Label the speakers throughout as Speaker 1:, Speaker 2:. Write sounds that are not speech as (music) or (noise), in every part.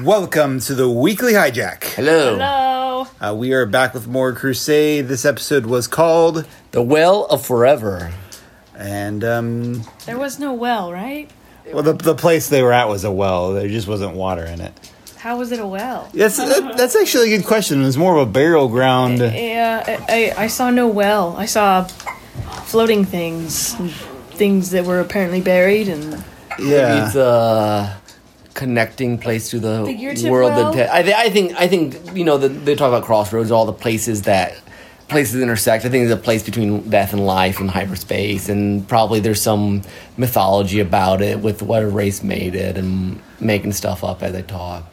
Speaker 1: Welcome to the weekly hijack.
Speaker 2: Hello.
Speaker 3: Hello.
Speaker 1: Uh, we are back with more Crusade. This episode was called,
Speaker 2: The Well of Forever.
Speaker 1: and um,
Speaker 3: There was no well, right?
Speaker 1: well, the, the place they were at was a well. There just wasn't water in it.
Speaker 3: How was it a well?
Speaker 1: That's that, that's actually a good question. It was more of a burial ground.
Speaker 3: Yeah, I, Eh, I, I saw no well. I saw floating things, and things that were apparently buried, and
Speaker 1: Yeah,
Speaker 2: It's a connecting place to the
Speaker 3: Figurative
Speaker 2: world.
Speaker 3: well?
Speaker 2: That I, thi- I think I think you know the, they talk about crossroads, all the places that places intersect. I think there's a place between death and life and hyperspace, and probably there's some mythology about it with what a race made it and making stuff up as they talk.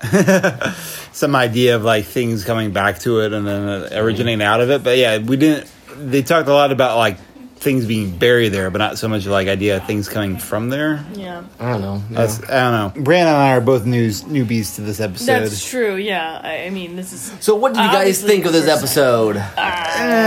Speaker 1: some idea of like things coming back to it and then uh, originating out of it. But yeah, we didn't. They talked a lot about like things being buried there, but not so much like idea of things coming from there.
Speaker 3: yeah.
Speaker 2: I don't know. Yeah.
Speaker 1: That's, I don't know. Brandon and I are both news newbies to this episode.
Speaker 3: That's true, yeah. I, I mean, this is.
Speaker 2: so, what did you guys
Speaker 3: Obviously
Speaker 2: think of this
Speaker 3: the first-
Speaker 2: episode?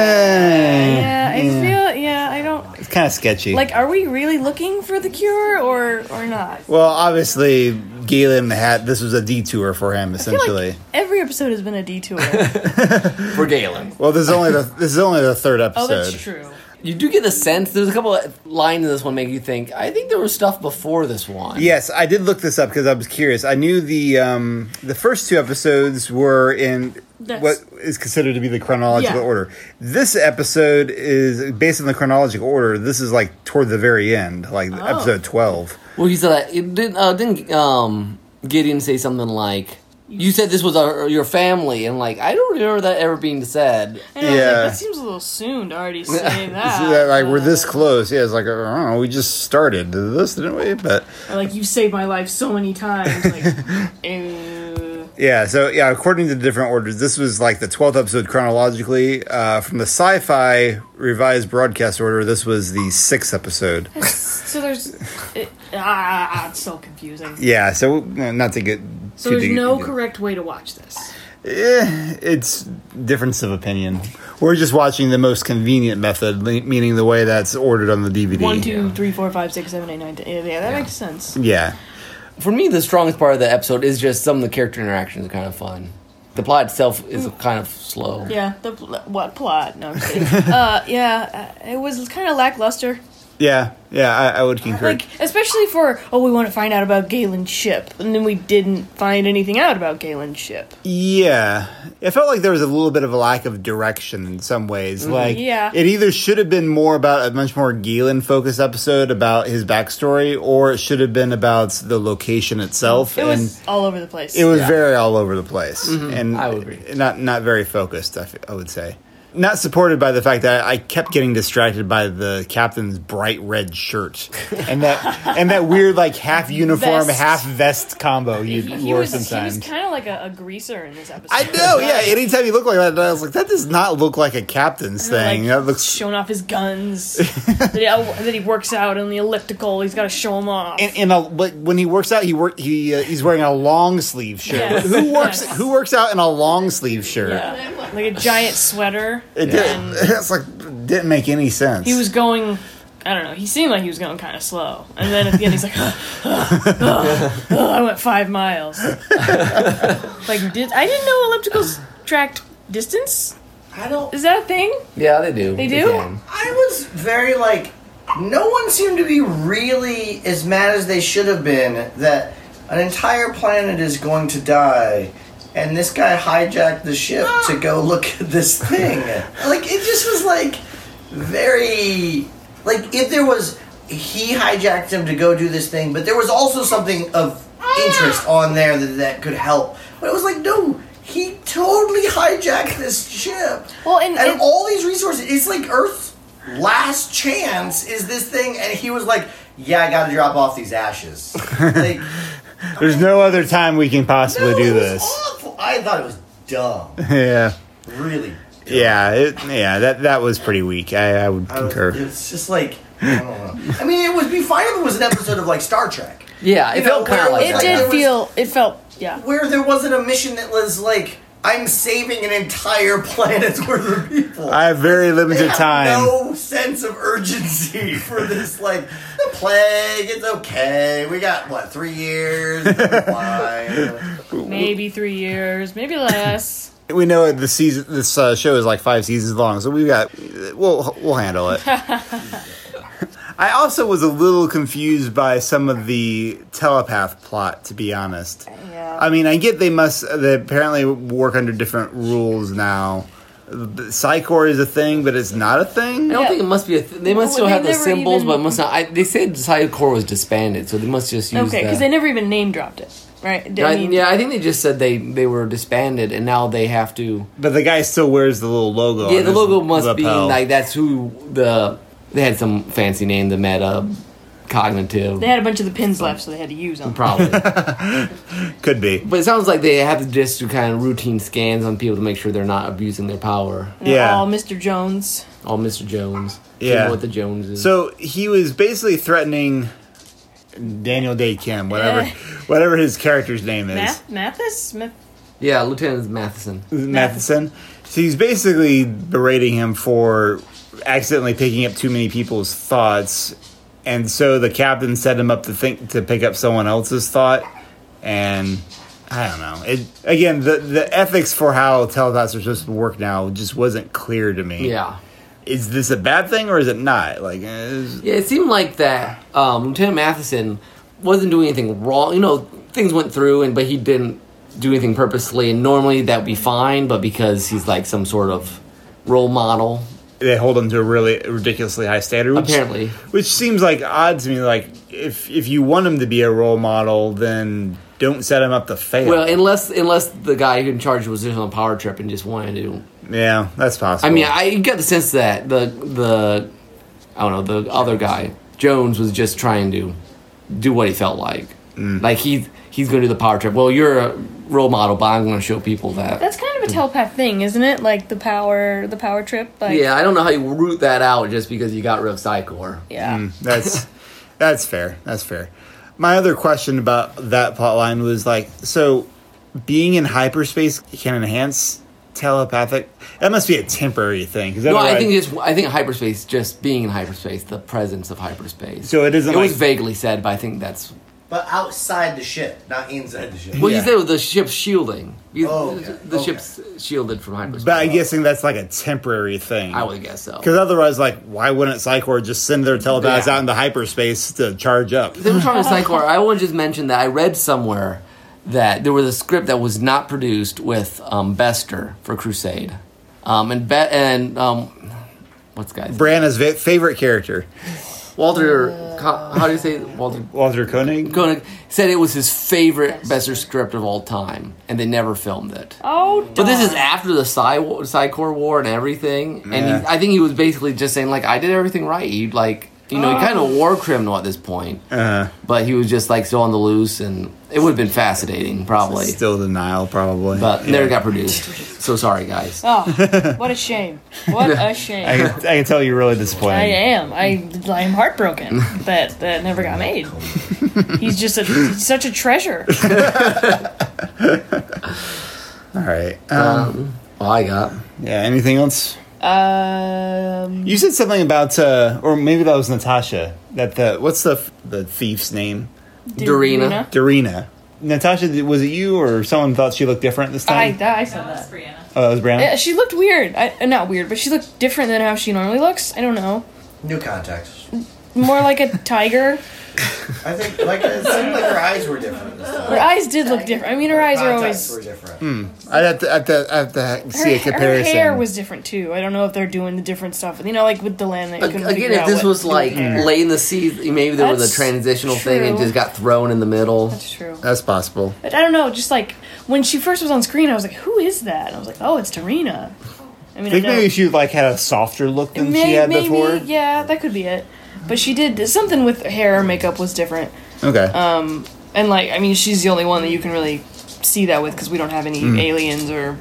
Speaker 3: Yeah, I feel. Yeah, I don't.
Speaker 1: It's kind of sketchy.
Speaker 3: Like, are we really looking for the cure or or not?
Speaker 1: well, obviously, Galen had this was a detour for him
Speaker 3: I feel
Speaker 1: essentially.
Speaker 3: like every episode has been a detour.
Speaker 2: For Galen.
Speaker 1: well, this is only the this is only the third episode.
Speaker 3: oh, that's true.
Speaker 2: You do get the sense there's a couple of lines in this one make you think. I think there was stuff before this one.
Speaker 1: Yes, I did look this up because I was curious. I knew the um, the first two episodes were in
Speaker 3: That's-
Speaker 1: what is considered to be the chronological
Speaker 3: Yeah.
Speaker 1: order. This episode is based on the chronological order. This is like toward the very end, like
Speaker 3: Oh.
Speaker 1: episode twelve.
Speaker 2: Well, he said that it didn't. Uh, didn't um, Gideon say something like, "You said this was our, your family," and like I don't remember that ever being said.
Speaker 3: And I was like,
Speaker 1: Yeah.
Speaker 3: that seems a little soon to
Speaker 1: (laughs)
Speaker 3: already say that.
Speaker 1: So that, like we're this
Speaker 3: Ah.
Speaker 1: close. Yeah, it's like I don't know. We just started this, didn't we? But
Speaker 3: Or, like you saved my life so many times. Like,
Speaker 1: (laughs)
Speaker 3: uh,
Speaker 1: Yeah, so yeah, according to the different orders, this was like the twelfth episode chronologically. Uh, from the sci-fi revised broadcast order, this was the sixth episode.
Speaker 3: so there's it, ah, it's so confusing.
Speaker 1: Yeah, so uh, not to get
Speaker 3: So
Speaker 1: too
Speaker 3: there's
Speaker 1: deep-
Speaker 3: no correct way to watch this.
Speaker 1: Eh, it's difference of opinion. We're just watching the most convenient method, le- meaning the way that's ordered on the DVD.
Speaker 3: One, two, three, four, five, six, seven, eight, nine, ten. Yeah, yeah, that makes sense.
Speaker 1: Yeah,
Speaker 2: For me, the strongest part of the episode is just some of the character interactions are kind of fun. The plot itself is kind of slow.
Speaker 3: Yeah, the pl- what plot? No, I'm
Speaker 1: (laughs)
Speaker 3: just kidding. uh, yeah, uh, it was kind of lackluster.
Speaker 1: yeah, yeah. I, I would concur.
Speaker 3: Like, especially for oh, we want to find out about Galen's ship, and then we didn't find anything out about Galen's ship.
Speaker 1: Yeah, it felt like there was a little bit of a lack of direction in some ways. Like,
Speaker 3: Mm-hmm. Yeah.
Speaker 1: it either should have been more about a much more Galen focused episode about his backstory, or it should have been about the location itself.
Speaker 3: It
Speaker 1: and
Speaker 3: was Mm-hmm. all over the place.
Speaker 1: it was very all over the place, and
Speaker 2: I would agree.
Speaker 1: not not very focused. I, f- I would say not supported by the fact that I kept getting distracted by the captain's bright red shirt and that and that weird like half uniform,
Speaker 3: Vest.
Speaker 1: half vest combo you
Speaker 3: He, he
Speaker 1: wore
Speaker 3: was
Speaker 1: sometimes.
Speaker 3: he was kind of like a, a greaser in this episode.
Speaker 1: I know, yeah. Anytime you look like that, I was like, that does not look like a captain's thing.
Speaker 3: Like,
Speaker 1: that looks.
Speaker 3: showing off
Speaker 1: (laughs)
Speaker 3: his guns. that, he, oh, that he works out on the elliptical. He's got to show them off.
Speaker 1: And, and a, but when he works out, he work he uh, he's wearing a long sleeve shirt.
Speaker 3: Yes.
Speaker 1: Who works
Speaker 3: Yes.
Speaker 1: Who works out in a long sleeve shirt?
Speaker 3: Yeah. Like a giant sweater.
Speaker 1: It did, (laughs) it's like didn't make any sense.
Speaker 3: He was going. I don't know. He seemed like he was going kind of slow, and then at the end he's like, "I went
Speaker 1: (laughs)
Speaker 3: five miles." like, did I didn't know ellipticals tracked distance?
Speaker 4: I don't.
Speaker 3: Is that a thing?
Speaker 2: Yeah, they do.
Speaker 3: They do?
Speaker 2: can.
Speaker 4: I was very like. No one seemed to be really as mad as they should have been that an entire planet is going to die, and this guy hijacked the ship
Speaker 3: Ah!
Speaker 4: to go look at this
Speaker 3: (laughs)
Speaker 4: thing. like it just was like very like if there was he hijacked him to go do this thing, but there was also something of
Speaker 3: Ah!
Speaker 4: interest on there that that could help. But it was like no. He totally hijacked this ship.
Speaker 3: Well, and-
Speaker 4: and
Speaker 3: and-
Speaker 4: all these resources. It's like Earth's last chance is this thing, and he was like, "Yeah, I got to drop off these ashes."
Speaker 1: (laughs)
Speaker 4: like,
Speaker 1: There's no other time we can possibly
Speaker 4: no,
Speaker 1: do
Speaker 4: it was
Speaker 1: this.
Speaker 4: awful. I thought it was dumb.
Speaker 1: (laughs) Yeah, (laughs)
Speaker 4: Really.
Speaker 1: yeah, it, yeah. That that was pretty weak. I, I would
Speaker 4: I was-
Speaker 1: concur.
Speaker 4: It's just like I don't know. I mean, it would be fine if it was an episode of like Star Trek,
Speaker 2: Yeah, it
Speaker 4: You
Speaker 2: felt
Speaker 4: know,
Speaker 2: kind of like
Speaker 4: it
Speaker 3: It
Speaker 2: that.
Speaker 4: there
Speaker 3: did
Speaker 4: was-
Speaker 3: feel. It felt. Yeah.
Speaker 4: where there wasn't a mission that was like, "I'm saving an entire (laughs) planet's worth of people."
Speaker 1: (laughs) I have very
Speaker 4: (laughs) They
Speaker 1: limited
Speaker 4: have
Speaker 1: time.
Speaker 4: No sense of urgency for this. Like, a plague. It's okay. We got what three years. We're fine.
Speaker 3: Maybe three years, maybe less.
Speaker 1: We know the season. This uh, show is like five seasons long, so we've got. We'll we'll handle
Speaker 2: (laughs)
Speaker 1: it. I also was a little confused by some of the telepath plot, to be honest.
Speaker 3: Yeah.
Speaker 1: I mean, I get they must. They apparently work under different rules now. The Psychor is a thing, but it's not a thing.
Speaker 2: I don't
Speaker 3: Yeah.
Speaker 2: think it must be. A th- they must
Speaker 3: Well,
Speaker 2: still
Speaker 3: they
Speaker 2: have the
Speaker 3: never
Speaker 2: symbols,
Speaker 3: even-
Speaker 2: but must not. I, they said Psy Corps was disbanded, so they must just use.
Speaker 3: okay, because
Speaker 2: the-
Speaker 3: they never even name dropped it, right?
Speaker 2: Yeah, I, yeah, I think they just said they they were disbanded, and now they have to.
Speaker 1: But the guy still wears the little logo.
Speaker 2: yeah,
Speaker 1: on
Speaker 2: the
Speaker 1: his
Speaker 2: logo must be
Speaker 1: lapel.
Speaker 2: like that's who the they had some fancy name, the meta cognitive.
Speaker 3: They had a bunch of the pins left, so they had to use
Speaker 1: (laughs)
Speaker 3: them.
Speaker 2: Probably, but
Speaker 1: Could be.
Speaker 2: it sounds like they have to just do kind of routine scans on people to make sure they're not abusing their power.
Speaker 1: Yeah.
Speaker 3: All Mr. Jones.
Speaker 2: All Mr. Jones, You
Speaker 1: Yeah.
Speaker 2: know what the Jones is.
Speaker 1: So he was basically threatening Daniel Day Kim,
Speaker 2: (laughs)
Speaker 1: whatever,
Speaker 3: Yeah.
Speaker 1: whatever his character's name is.
Speaker 3: Math, Mathis, Math-
Speaker 2: yeah, Lieutenant Matheson.
Speaker 1: Mm. Matheson. So he's basically berating him for accidentally picking up too many people's thoughts, and so the captain set him up to think to pick up someone else's thought, and I don't know. It again the the ethics for how telepaths are supposed to work now just wasn't clear to me.
Speaker 2: Yeah.
Speaker 1: is this a bad thing or is it not? Like, eh, is-
Speaker 2: Yeah, it seemed like that um, Lieutenant Matheson wasn't doing anything wrong. You know, things went through, and but he didn't do anything purposely. And normally that would be fine, but because he's like some sort of role model,
Speaker 1: they hold him to a really ridiculously high standard. Which,
Speaker 2: apparently.
Speaker 1: which seems like odd to me. Like, if if you want him to be a role model, then don't set him up to fail.
Speaker 2: Well, unless unless the guy in charge was just on a power trip and just wanted to.
Speaker 1: Yeah, that's possible.
Speaker 2: I mean, I you got the sense that the the I don't know the other guy Jones was just trying to do what he felt like.
Speaker 1: Mm.
Speaker 2: Like he he's going to do the power trip. Well, you're a role model, but I'm going to show people that.
Speaker 3: That's kind of a telepath thing, isn't it? Like the power, the power trip. Like,
Speaker 2: Yeah, I don't know how you root that out just because you got rid of Psychor.
Speaker 3: yeah.
Speaker 1: (laughs) Hmm. that's that's fair. That's fair. My other question about that plot line was like, so being in hyperspace can enhance telepathic. That must be a temporary thing. 'cause
Speaker 2: No, I
Speaker 1: otherwise-
Speaker 2: think just I think hyperspace, just being in hyperspace, the presence of hyperspace.
Speaker 1: So it isn't
Speaker 2: It was
Speaker 1: like-
Speaker 2: vaguely said, but I think that's.
Speaker 4: But outside the ship, not inside the ship.
Speaker 2: Well,
Speaker 1: Yeah.
Speaker 2: you said with the ship's shielding. You-
Speaker 4: Oh,
Speaker 2: the,
Speaker 4: okay.
Speaker 2: the
Speaker 4: Okay.
Speaker 2: ship's shielded from hyperspace.
Speaker 1: but I'm guessing that's like a temporary thing.
Speaker 2: I would guess so.
Speaker 1: Because otherwise, like, why wouldn't Psychor just send their telepaths
Speaker 2: Yeah.
Speaker 1: out into hyperspace to charge up?
Speaker 2: They were talking
Speaker 4: (laughs)
Speaker 2: to Psychor. I want to just mention that I read somewhere that there was a script that was not produced with um, Bester for Crusade, um, and Be- and um, what's the guy's
Speaker 1: Branna's va- favorite character,
Speaker 2: Walter? Co- how do you say Walter?
Speaker 1: Walter Koenig.
Speaker 2: Koenig said it was his favorite Besser script of all time, and they never filmed it.
Speaker 3: Oh,
Speaker 2: But this is
Speaker 3: darn.
Speaker 2: after the Psy Psycor War and everything, and
Speaker 1: Yeah.
Speaker 2: he, I think he was basically just saying like, "I did everything right." You like, you know, he kind of a war criminal at this point,
Speaker 1: Uh,
Speaker 2: but he was just like so on the loose, and it would have been fascinating, probably.
Speaker 1: still denial, probably.
Speaker 2: But
Speaker 1: Yeah.
Speaker 2: never got produced. So sorry, guys.
Speaker 3: Oh, what a shame. What a shame.
Speaker 1: I (laughs)
Speaker 3: I,
Speaker 1: can, I can tell you're really disappointed.
Speaker 3: am. I, I am heartbroken that that never got made. He's just a, he's such a treasure.
Speaker 1: All right. Um,
Speaker 2: Well, I got.
Speaker 1: yeah. Anything else?
Speaker 3: Um,
Speaker 1: You said something about, uh, or maybe that was Natasha. That the what's the f- the thief's name?
Speaker 2: Dorina.
Speaker 1: Darina. Natasha, did- was it you or someone thought she looked different this
Speaker 3: I,
Speaker 1: time?
Speaker 3: I said
Speaker 5: No, that's
Speaker 3: that.
Speaker 5: Brianna.
Speaker 1: oh, that was Brianna.
Speaker 3: Yeah, she looked weird. I, uh, not weird, but she looked different than how she normally looks. I don't know.
Speaker 4: New contacts.
Speaker 3: More like a tiger.
Speaker 4: I think like it seemed like her eyes were different. This time.
Speaker 3: Her eyes did look different. I mean, her eyes are
Speaker 4: Contacts
Speaker 3: always.
Speaker 4: were different.
Speaker 1: I'd have to, I'd have to, I'd have to see a
Speaker 3: her, her
Speaker 1: comparison.
Speaker 3: hair was different too. I don't know if they're doing the different stuff. You know, like with the land that you couldn't
Speaker 2: Again,
Speaker 3: figure
Speaker 2: if
Speaker 3: out
Speaker 2: this
Speaker 3: what-
Speaker 2: was like late in the season, maybe there was
Speaker 3: That's
Speaker 2: a transitional thing and
Speaker 3: true.
Speaker 2: just got thrown in the middle.
Speaker 3: That's true.
Speaker 1: That's possible.
Speaker 3: But I don't know. Just like when she first was on screen, I was like, "Who is that?" And I was like, "Oh, it's Tarina." I mean,
Speaker 1: I think
Speaker 3: I know-
Speaker 1: maybe she like had a softer look than
Speaker 3: May-
Speaker 1: she had
Speaker 3: maybe,
Speaker 1: before.
Speaker 3: yeah, that could be it. But she did something with her hair. Or makeup was different,
Speaker 1: Okay.
Speaker 3: and like I mean, she's the only one that you can really see that with because we don't have any aliens or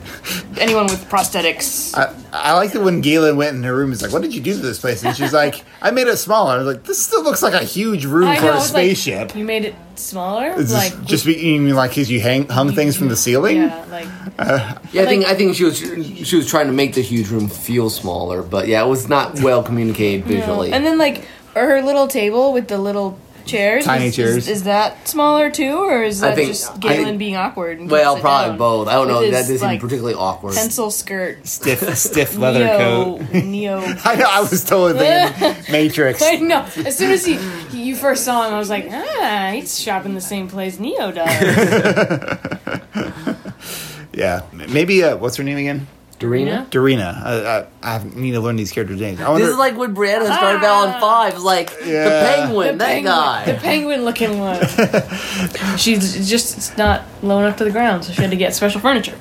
Speaker 3: anyone with prosthetics.
Speaker 1: Mm. I, I liked it when Galen went in her room. He's like, "What did you do to this place?" And she's like, "I made it smaller." I was like, "This still looks like a huge room
Speaker 3: I
Speaker 1: for
Speaker 3: know,
Speaker 1: a
Speaker 3: it's like,
Speaker 1: spaceship."
Speaker 3: you made it smaller,
Speaker 1: It's
Speaker 3: like
Speaker 1: just, just be, you mean like because you hang hung things from the ceiling?
Speaker 3: yeah, like
Speaker 2: Yeah, I think I think she was she was trying to make the huge room feel smaller, but yeah, it was not well communicated visually.
Speaker 3: And then like or her little table with the little chairs.
Speaker 1: Tiny
Speaker 3: is,
Speaker 1: chairs.
Speaker 3: Is, is that smaller too, or is
Speaker 2: I
Speaker 3: that
Speaker 2: think-
Speaker 3: just
Speaker 2: I
Speaker 3: Galen
Speaker 2: think-
Speaker 3: being awkward? And
Speaker 2: Well,
Speaker 3: sit
Speaker 2: probably
Speaker 3: down
Speaker 2: both. I don't know.
Speaker 3: with
Speaker 2: That
Speaker 3: his,
Speaker 2: doesn't
Speaker 3: like,
Speaker 2: particularly awkward.
Speaker 3: pencil
Speaker 1: (laughs)
Speaker 3: skirt,
Speaker 1: stiff, stiff leather
Speaker 3: neo,
Speaker 1: coat. (laughs)
Speaker 3: (laughs) neo.
Speaker 1: I know. I was totally (laughs)
Speaker 3: (laughs)
Speaker 1: thinking Matrix.
Speaker 3: I know. As soon as he, he you first saw him, I was like, ah, he's shopping the same place
Speaker 2: (laughs)
Speaker 3: Neo does.
Speaker 1: Yeah, M- maybe uh, what's her name again?
Speaker 2: Dorina.
Speaker 3: Yeah.
Speaker 1: Dorina. I, I, I need to learn these characters' names. I wonder.
Speaker 2: This is like when Brianna started Babylon Five. It's like the
Speaker 1: Yeah.
Speaker 2: penguin,
Speaker 3: Ah! The
Speaker 2: that
Speaker 3: penguin-
Speaker 2: guy.
Speaker 3: The penguin
Speaker 1: (laughs)
Speaker 3: looking one. She's just not low enough to the ground, so she had to get special furniture.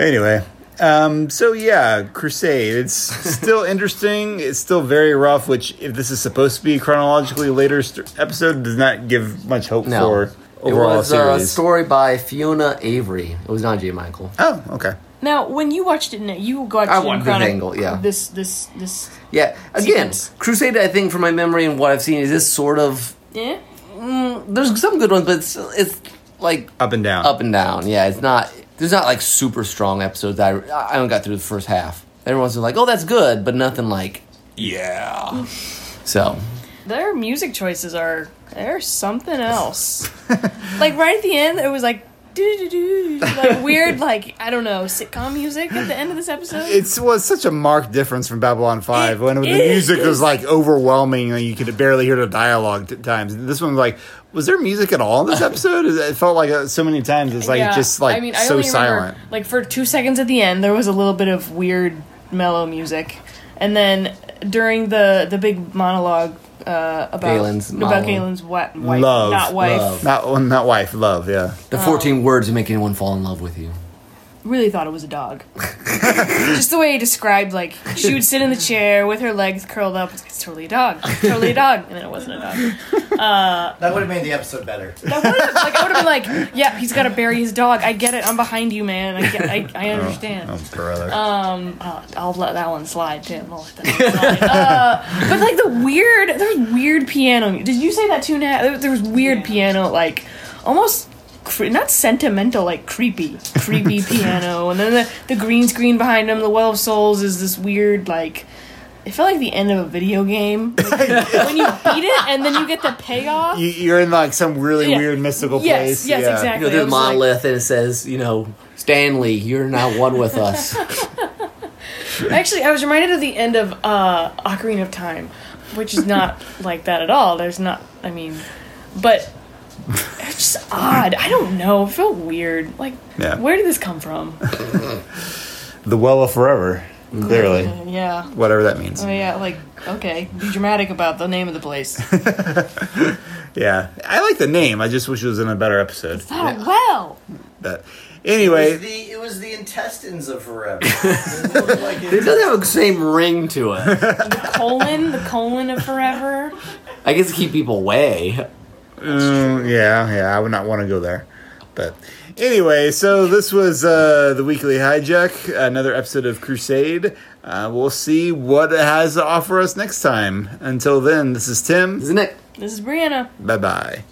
Speaker 1: anyway. Um, so yeah, Crusade. It's (laughs) still interesting. It's still very rough. Which, if this is supposed to be a chronologically later st- episode, does not give much hope
Speaker 2: no,
Speaker 1: for
Speaker 2: it
Speaker 1: overall
Speaker 2: was uh,
Speaker 3: uh,
Speaker 2: a
Speaker 1: series.
Speaker 2: story by Fiona Avery. It was not J. Michael.
Speaker 1: oh, okay.
Speaker 3: Now, when you watched it, now, you watched
Speaker 2: I
Speaker 3: it in
Speaker 2: watched
Speaker 3: chronic-
Speaker 2: the angle, yeah.
Speaker 3: This, this, this.
Speaker 2: Yeah. Again,
Speaker 3: Sequence.
Speaker 2: Crusade. I think from my memory and what I've seen is this sort of.
Speaker 3: Yeah.
Speaker 2: Mm, there's some good ones, but it's it's like
Speaker 1: Up and down.
Speaker 2: up and down. Yeah, it's not. There's not like super strong episodes. I I only got through the first half. Everyone's like, oh, that's good, but nothing like yeah. So
Speaker 3: Their music choices are they're something else. like right at the end, it was like doo doo doo, like weird, like I don't know, sitcom music at the end of this episode.
Speaker 1: It was such a marked difference from Babylon 5
Speaker 3: It
Speaker 1: when the
Speaker 3: is.
Speaker 1: music was like overwhelming and you could barely hear the dialogue at times. This one was like, was there music at all in
Speaker 3: (laughs)
Speaker 1: this episode? It felt like uh, so many times it's like
Speaker 3: Yeah.
Speaker 1: just like so
Speaker 3: only remember,
Speaker 1: silent.
Speaker 3: like for two seconds at the end, there was a little bit of weird mellow music, and then during the the big monologue uh, about
Speaker 2: Galen's
Speaker 3: about
Speaker 2: monologue.
Speaker 3: Galen's wet wife,
Speaker 1: Love.
Speaker 3: not wife,
Speaker 2: Love.
Speaker 1: Not well, not wife, love, yeah.
Speaker 2: the 14 words to make anyone fall in love with you.
Speaker 3: really thought it was a dog. Just the way he described, like she would sit in the chair with her legs curled up. It's, like, it's totally a dog, It's totally a dog, and then it wasn't a dog.
Speaker 4: That would have made the episode better.
Speaker 3: That would have, like I would have been like, yeah, he's got to bury his dog. I get it. I'm behind you, man. I get, I, I understand.
Speaker 1: Oh, brother.
Speaker 3: I'll, I'll let that one slide, Tim. I'll let that one slide. uh, but like the weird, there's weird piano. mu- Did you say that too, Nat? There, there was weird piano, like almost cre- not sentimental, like creepy, creepy piano. And then the, the green screen behind him, the Well of Souls, is this weird like. It felt like the end of a video game Like, when you beat it and then you get the payoff.
Speaker 1: you, you're in like some really
Speaker 3: Yeah.
Speaker 1: weird mystical
Speaker 3: Yes,
Speaker 1: place.
Speaker 3: yes,
Speaker 1: yeah.
Speaker 3: exactly.
Speaker 2: You know,
Speaker 3: It
Speaker 2: there's a
Speaker 3: was like-
Speaker 2: monolith and it says, you know, Stanley, you're not one with us.
Speaker 3: Actually, I was reminded of the end of uh, Ocarina of Time, which is not like that at all. There's not, I mean, but it's just odd. I don't know. It felt weird. Like,
Speaker 1: Yeah.
Speaker 3: where did this come from?
Speaker 1: The well of forever, clearly.
Speaker 3: yeah.
Speaker 1: Whatever that means.
Speaker 3: Oh, yeah, like, okay. Be dramatic about the name of the (laughs) place.
Speaker 1: Yeah. I like the name. I just wish it was in a better episode.
Speaker 3: Oh, well.
Speaker 1: But
Speaker 4: It was
Speaker 1: anyway,
Speaker 4: the, it was the intestines of
Speaker 1: (laughs)
Speaker 4: forever. It looked like
Speaker 2: (laughs) It doesn't have the same ring to it.
Speaker 3: Colon, the colon of forever.
Speaker 2: I guess to keep people away.
Speaker 1: Mm, yeah, yeah, I would not want to go there. But anyway, so this was uh, the weekly hijack, another episode of Crusade. Uh, we'll see what it has to offer us next time. Until then, this is Tim.
Speaker 2: Isn't it?
Speaker 3: This is Brianna.
Speaker 1: Bye bye.